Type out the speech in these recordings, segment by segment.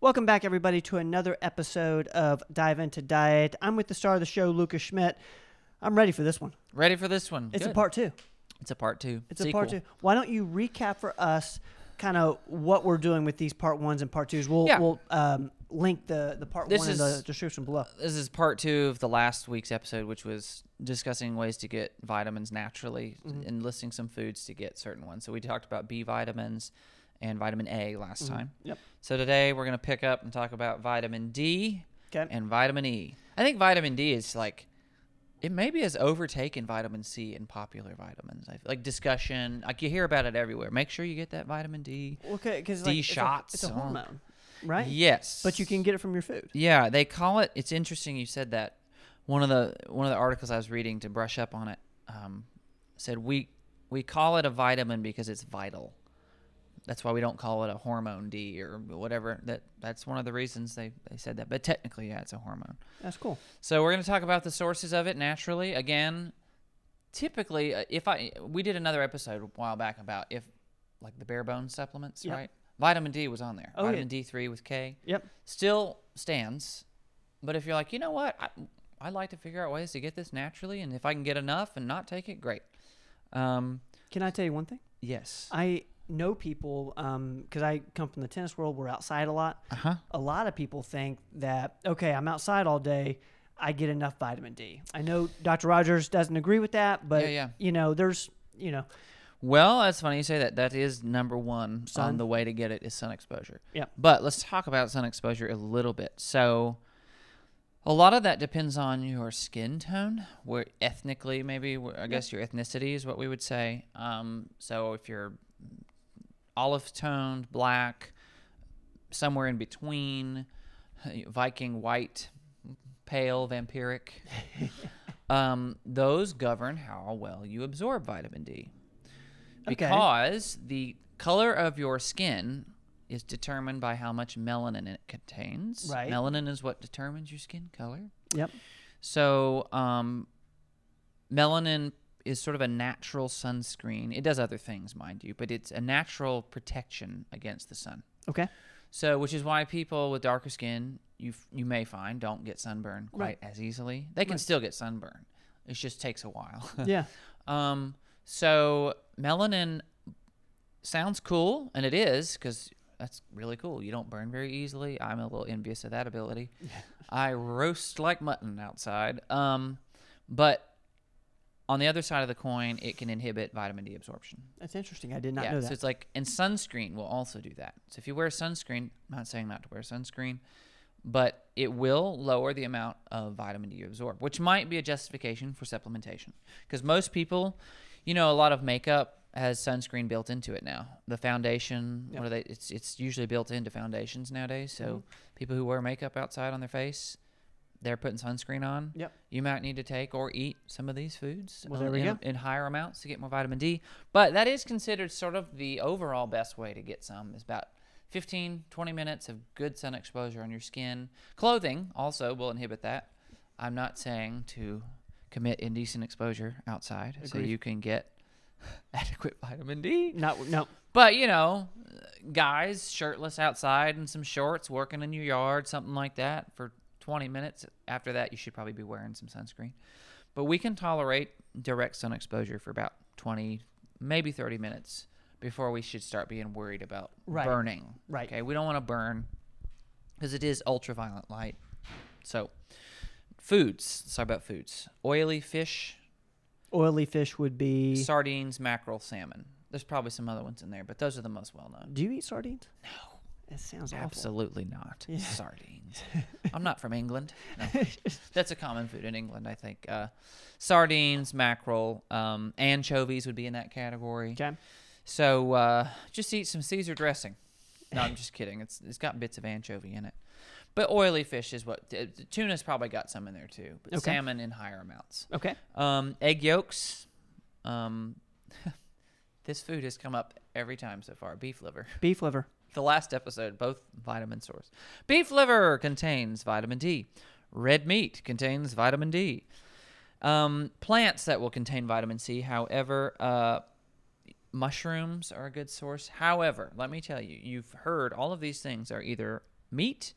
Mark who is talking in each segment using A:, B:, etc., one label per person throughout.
A: Welcome back, everybody, to another episode of Dive Into Diet. I'm with the star of the show, Lucas Schmidt. I'm ready for this one.
B: Ready for this one?
A: It's a
B: Good.
A: part two.
B: It's a part two.
A: It's a part two.
B: Sequel.
A: Why don't you recap for us kind of what we're doing with these part ones and part twos? We'll,
B: Yeah.
A: we'll um, link the, the part
B: This
A: one in the
B: is-
A: description below.
B: This is part two of the last week's episode, which was discussing ways to get vitamins naturally
A: Mm-hmm.
B: and listing some foods to get certain ones. So we talked about B vitamins and vitamin A last time.
A: Mm-hmm. Yep.
B: So today we're gonna pick up and talk about vitamin D
A: Okay.
B: and vitamin E. I think vitamin D is like it maybe has overtaken vitamin C in popular vitamins. I, like discussion, like you hear about it everywhere. Make sure you get that vitamin D.
A: okay, because
B: D
A: it's A,
B: shots,
A: it's a
B: uh,
A: hormone, right?
B: Yes,
A: But you can get it from your food.
B: Yeah, they call it. It's interesting you said that. One of the one of the articles I was reading to brush up on it um, said we we call it a vitamin because it's vital. That's why we don't call it a hormone D or whatever. That that's one of the reasons they they said that. But technically, yeah, it's a hormone.
A: That's cool.
B: So we're going to talk about the sources of it naturally. Again, typically, uh, if I we did another episode a while back about if like the bare bone supplements,
A: Yep.
B: right? Vitamin D was on there.
A: Oh, yeah.
B: vitamin D three with K
A: Yep.
B: still stands. But if you're like, you know what, I, I'd like to figure out ways to get this naturally, and if I can get enough and not take it, great. Um,
A: Can I tell you one thing?
B: yes.
A: I know people because I come from the tennis world. We're outside a lot.
B: Uh-huh.
A: A lot of people think that okay, I'm outside all day. I get enough vitamin D. I know Dr. Rogers doesn't agree with that, but
B: Yeah, yeah.
A: you know, there's you know,
B: Well, that's funny you say that. That is number one
A: Sun.
B: on the way to get it is sun exposure.
A: Yep.
B: But let's talk about sun exposure a little bit. So, a lot of that depends on your skin tone, where ethnically, maybe, where- I guess your ethnicity is what we would say. Um, so, if you're olive toned, black, somewhere in between, Viking, white, pale, vampiric, um, those govern how well you absorb vitamin D.
A: Okay.
B: Because the color of your skin is determined by how much melanin it contains.
A: Right.
B: Melanin is what determines your skin color.
A: yep,
B: So, um, melanin is sort of a natural sunscreen. It does other things, mind you, but it's a natural protection against the sun.
A: okay,
B: So, which is why people with darker skin, you f- you may find, don't get sunburn
A: Right.
B: quite as easily. They can still get sunburn. It just takes a while.
A: yeah,
B: Um, so melanin sounds cool, and it is because that's really cool. You don't burn very easily. I'm a little envious of that ability. I roast like mutton outside. Um, but on the other side of the coin, it can inhibit vitamin D absorption.
A: that's interesting. I did not
B: yeah,
A: know
B: so
A: that.
B: it's like, and sunscreen will also do that. So if you wear sunscreen, I'm not saying not to wear sunscreen, but it will lower the amount of vitamin D you absorb, which might be a justification for supplementation. Because most people, you know, a lot of makeup has sunscreen built into it now. The foundation, what are they? It's it's usually built into foundations nowadays. So
A: Mm-hmm.
B: people who wear makeup outside on their face, they're putting sunscreen on.
A: Yep.
B: You might need to take or eat some of these foods
A: Well,
B: um,
A: there we
B: in,
A: go.
B: in higher amounts to get more vitamin D. But that is considered sort of the overall best way to get some is about 15, 20 minutes of good sun exposure on your skin. Clothing also will inhibit that. I'm not saying to commit indecent exposure outside so
A: Agreed.
B: you can get adequate vitamin D.
A: Not no,
B: But, you know, guys shirtless outside in some shorts working in your yard, something like that for 20 minutes. After that, you should probably be wearing some sunscreen. But we can tolerate direct sun exposure for about 20, maybe 30 minutes before we should start being worried about
A: Right.
B: burning.
A: Right.
B: Okay. We don't want to burn because it is ultraviolet light. So, foods. Let's talk about foods. Oily fish,
A: oily fish would be.
B: sardines, mackerel, salmon. There's probably some other ones in there, but those are the most well known.
A: do you eat sardines? No, it sounds awful.
B: Absolutely not. Sardines. I'm not from England. No. That's a common food in England, I think. Uh, sardines, mackerel, um, anchovies would be in that category.
A: Okay,
B: So uh, just eat some Caesar dressing. No, I'm just kidding. It's it's got bits of anchovy in it, but oily fish is what t- t- tuna's probably got some in there too. But
A: Okay.
B: salmon in higher amounts.
A: okay,
B: Um, egg yolks. Um, this food has come up every time so far. Beef liver
A: beef liver.
B: the last episode, both vitamin source. Beef liver contains vitamin D. Red meat contains vitamin D. Um, plants that will contain vitamin C, however, uh, mushrooms are a good source. However, let me tell you, you've heard all of these things are either meat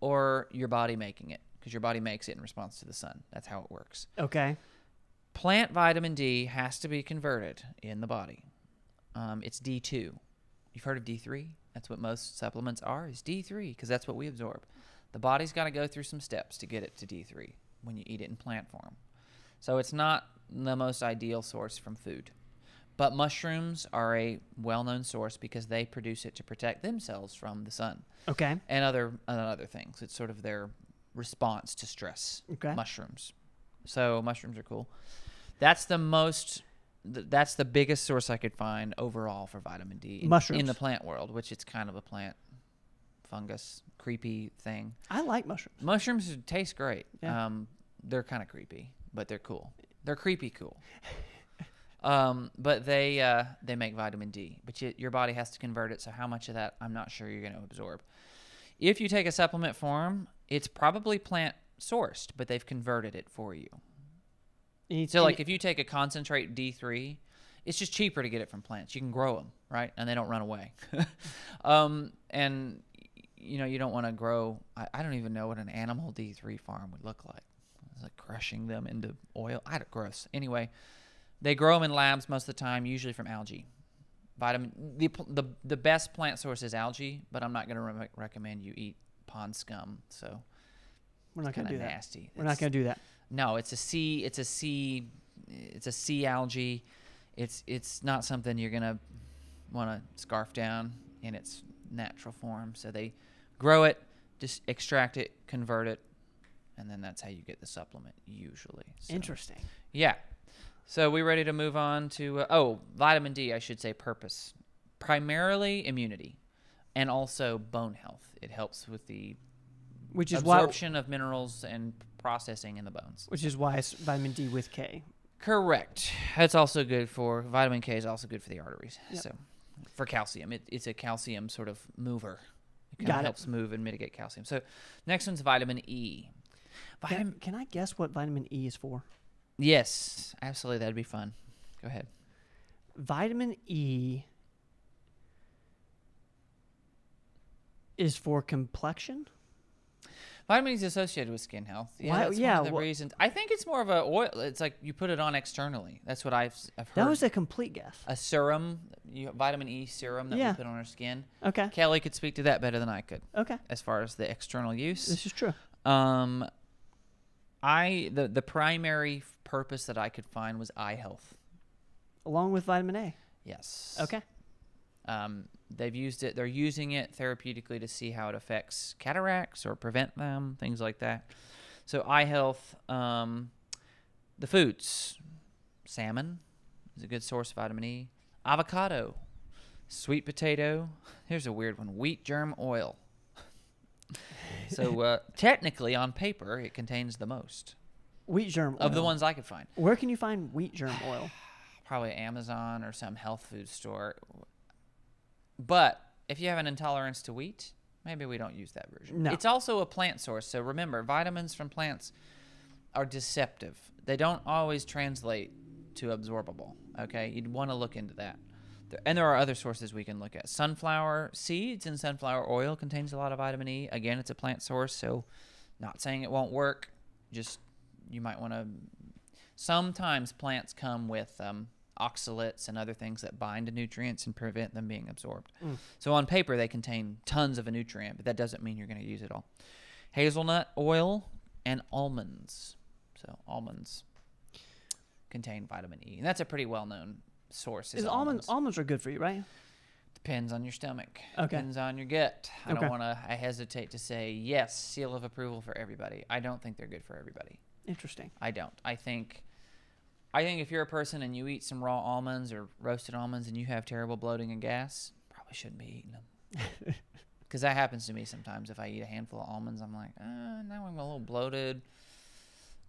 B: or your body making it because your body makes it in response to the sun. That's how it works.
A: Okay.
B: Plant vitamin D has to be converted in the body. Um, it's D2. You've heard of D3? That's what most supplements are, is D3 because that's what we absorb. The body's got to go through some steps to get it to D3 when you eat it in plant form. So it's not the most ideal source from food. But mushrooms are a well known source because they produce it to protect themselves from the sun
A: Okay.
B: and other and other things. It's sort of their response to stress.
A: Okay.
B: Mushrooms. So mushrooms are cool. That's the most. th- That's the biggest source I could find overall for vitamin D in, in the
A: Mushrooms.
B: plant world, which it's kind of a plant fungus creepy thing.
A: I like mushrooms.
B: Mushrooms taste great.
A: Yeah.
B: Um, they're kind of creepy, but they're cool. They're creepy cool. um, but they uh, they make vitamin D, but you, your body has to convert it. So how much of that I'm not sure you're going to absorb. If you take a supplement form, it's probably plant sourced, but they've converted it for you.
A: You need-
B: So
A: you
B: like
A: need-
B: if you take a concentrate D3, it's just cheaper to get it from plants. You can grow them, right? And they don't run away. um, and y- you know, you don't want to grow I, I don't even know what an animal D3 farm would look like. It's like crushing them into oil. I don't gross. Anyway, they grow them in labs most of the time, usually from algae. Vitamin the pl- the, the best plant source is algae, but I'm not going to re- recommend you eat pond scum. So
A: we're not
B: kind
A: gonna
B: of
A: do that.
B: nasty.
A: We're not
B: It's-
A: gonna do that.
B: no, it's a sea. It's a sea. It's a sea algae. It's it's not something you're gonna want to scarf down in its natural form. So they grow it, just extract it, convert it, and then that's how you get the supplement usually. So-
A: Interesting.
B: Yeah. So we ready to move on to uh, oh vitamin D. I should say purpose primarily immunity, and also bone health. It helps with the
A: Which is why.
B: absorption of minerals and processing in the bones.
A: Which is why it's vitamin D with K.
B: Correct. That's also good for vitamin K is also good for the arteries.
A: Yep.
B: So for calcium, it, it's a calcium sort of mover. It kind
A: Got
B: of
A: it.
B: helps move and mitigate calcium. So next one's vitamin E.
A: Can,
B: Vitamin
A: can I guess what vitamin E is for?
B: Yes, absolutely that'd be fun. Go ahead.
A: Vitamin E is for complexion.
B: Vitamin E is associated with skin health. Yeah,
A: Why-
B: that's
A: yeah,
B: one of the
A: wha-
B: reasons. I think it's more of a oil. It's like you put it on externally. That's what I've, s- I've heard.
A: That was a complete guess.
B: a serum, you, vitamin E serum that
A: Yeah.
B: we put on our skin.
A: Okay.
B: Kelly could speak to that better than I could,
A: Okay.
B: as far as the external use.
A: This is true.
B: Um, I the the primary f- purpose that I could find was eye health.
A: Along with vitamin A.
B: Yes.
A: Okay.
B: Um, they've used it. They're using it therapeutically to see how it affects cataracts or prevent them, things like that. So eye health. Um, the foods, salmon is a good source of vitamin E. Avocado, sweet potato. Here's a weird one: wheat germ oil. so uh, technically, on paper, it contains the most.
A: Wheat germ oil.
B: of the ones I could find.
A: Where can you find wheat germ oil?
B: Probably Amazon or some health food store. But if you have an intolerance to wheat, maybe we don't use that version.
A: No.
B: It's also a plant source. So remember, vitamins from plants are deceptive. They don't always translate to absorbable. Okay, you'd want to look into that. There- And there are other sources we can look at. Sunflower seeds and sunflower oil contains a lot of vitamin E. Again, it's a plant source, so not saying it won't work. Just you might want to. Sometimes plants come with um, oxalates and other things that bind to nutrients and prevent them being absorbed.
A: Mm.
B: So on paper, they contain tons of a nutrient, but that doesn't mean you're going to use it all. Hazelnut oil and almonds. So almonds contain vitamin E, and that's a pretty well-known source.
A: Is almonds almonds are good for you, right?
B: Depends on your stomach.
A: Okay.
B: Depends on your gut. I
A: Okay.
B: don't want to. I hesitate to say yes. Seal of approval for everybody. I don't think they're good for everybody.
A: Interesting.
B: I don't. I think. I think if you're a person and you eat some raw almonds or roasted almonds and you have terrible bloating and gas, probably shouldn't be eating them. Because that happens to me sometimes. If I eat a handful of almonds, I'm like, uh, now I'm a little bloated.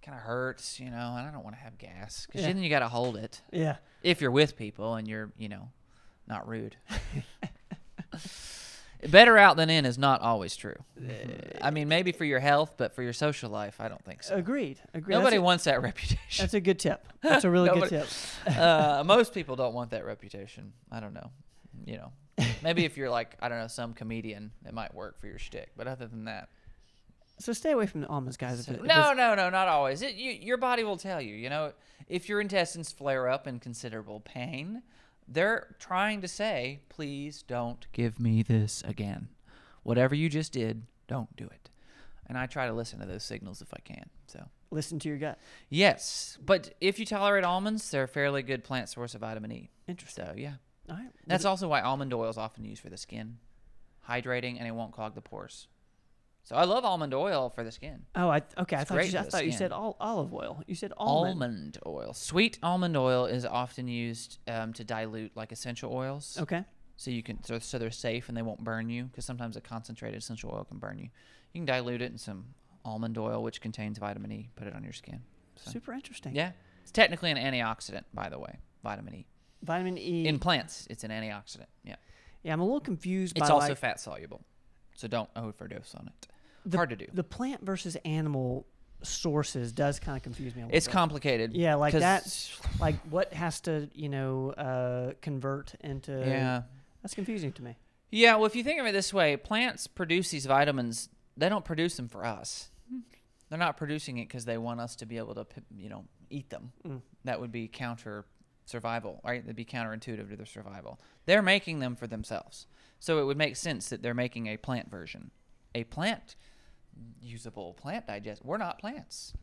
B: Kind of hurts, you know, and I don't want to have gas. Because
A: Yeah.
B: then you got to hold it
A: Yeah.
B: if you're with people and you're you know not rude better out than in is not always true i mean maybe for your health but for your social life i don't think so
A: Agreed. Agreed.
B: nobody
A: that's,
B: wants that
A: a,
B: reputation
A: that's a good tip. That's a really good
B: Nobody-
A: tip.
B: uh, most people don't want that reputation i don't know you know, maybe if you're like I don't know some comedian, it might work for your shtick. But other than that,
A: So stay away from the almonds, guys. if
B: so-
A: it- if
B: no,
A: it's-
B: no, no, not always. It, you, your body will tell you. You know, if your intestines flare up in considerable pain, they're trying to say, please don't give me this again. Whatever you just did, don't do it. And I try to listen to those signals if I can. So.
A: listen to your gut.
B: Yes, but if you tolerate almonds, they're a fairly good plant source of vitamin E.
A: Interesting.
B: So yeah,
A: All right.
B: that's also why almond oil is often used for the skin, hydrating, and it won't clog the pores. So I love almond oil for the skin.
A: Oh, I okay. I
B: It's
A: thought
B: great
A: you,
B: for
A: I
B: the
A: thought you
B: skin.
A: said all, olive oil. You said almond.
B: Almond, oil, sweet almond oil, is often used um, to dilute like essential oils,
A: Okay.
B: so you can so, so they're safe and they won't burn you because sometimes a concentrated essential oil can burn you. You can dilute it in some almond oil, which contains vitamin E. Put it on your skin. So-
A: Super interesting.
B: Yeah, it's technically an antioxidant, by the way, vitamin E.
A: Vitamin E.
B: In plants, it's an antioxidant. Yeah.
A: yeah, I'm a little confused
B: It's
A: by
B: also
A: like,
B: fat soluble. So don't overdose on it.
A: The-
B: Hard to do.
A: the plant versus animal sources does kind of confuse me a little
B: It's
A: bit.
B: complicated.
A: Yeah, like
B: 'cause-
A: that- like what has to you know uh, convert into
B: Yeah.
A: that's confusing to me
B: Yeah, well, if you think of it this way, plants produce these vitamins. They don't produce them for us. They're not producing it because they want us to be able to, p- you know, eat them.
A: Mm.
B: That would be counter survival, right? That'd be counterintuitive to their survival. They're making them for themselves. So it would make sense that they're making a plant version, a plant usable plant digest. We're not plants.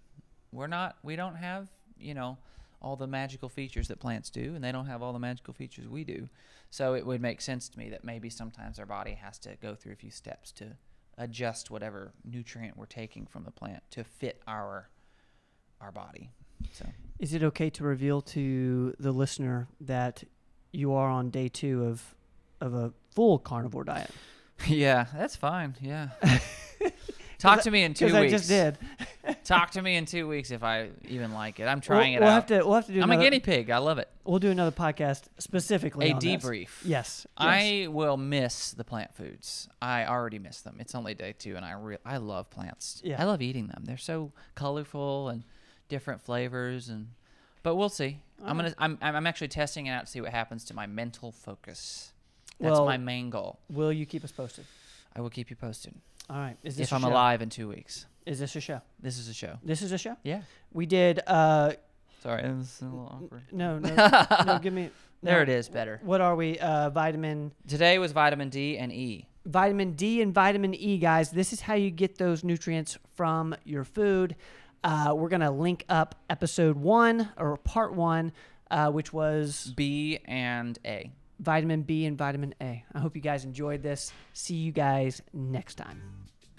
B: We're not. We don't have, you know, all the magical features that plants do, and they don't have all the magical features we do. So it would make sense to me that maybe sometimes our body has to go through a few steps to adjust whatever nutrient we're taking from the plant to fit our our body. So
A: is it okay to reveal to the listener that you are on day two of of a full carnivore diet
B: yeah, that's fine. Yeah. Talk to me in two
A: because
B: weeks.
A: i just did
B: Talk to me in two weeks if I even like it. I'm trying
A: we'll,
B: it
A: we'll
B: out.
A: have to we'll have to do
B: I'm
A: another,
B: a guinea pig. I love it.
A: we'll do another podcast specifically
B: A
A: on this.
B: debrief.
A: yes, yes.
B: I will miss the plant foods. I already miss them. It's only day two, and I re- I love plants.
A: Yeah.
B: I love eating them. They're so colorful and different flavors, and but we'll see. I'm
A: Alright.
B: gonna I'm I'm I'm actually testing it out to see what happens to my mental focus. That's
A: Well-
B: my main goal.
A: will you keep us posted
B: I will keep you posted
A: all right is this
B: if
A: a
B: I'm
A: show?
B: alive in two weeks.
A: is this a show
B: This is a show.
A: this is a show
B: Yeah.
A: we did uh
B: Sorry, this is a little awkward.
A: no no, no give me
B: There
A: no.
B: it is. Better.
A: what are we uh vitamin
B: Today was vitamin D and E.
A: vitamin D and vitamin E, guys. This is how you get those nutrients from your food. Uh, we're going to link up episode one or part one, uh, which was
B: B and A.
A: vitamin B and vitamin A. I hope you guys enjoyed this. See you guys next time.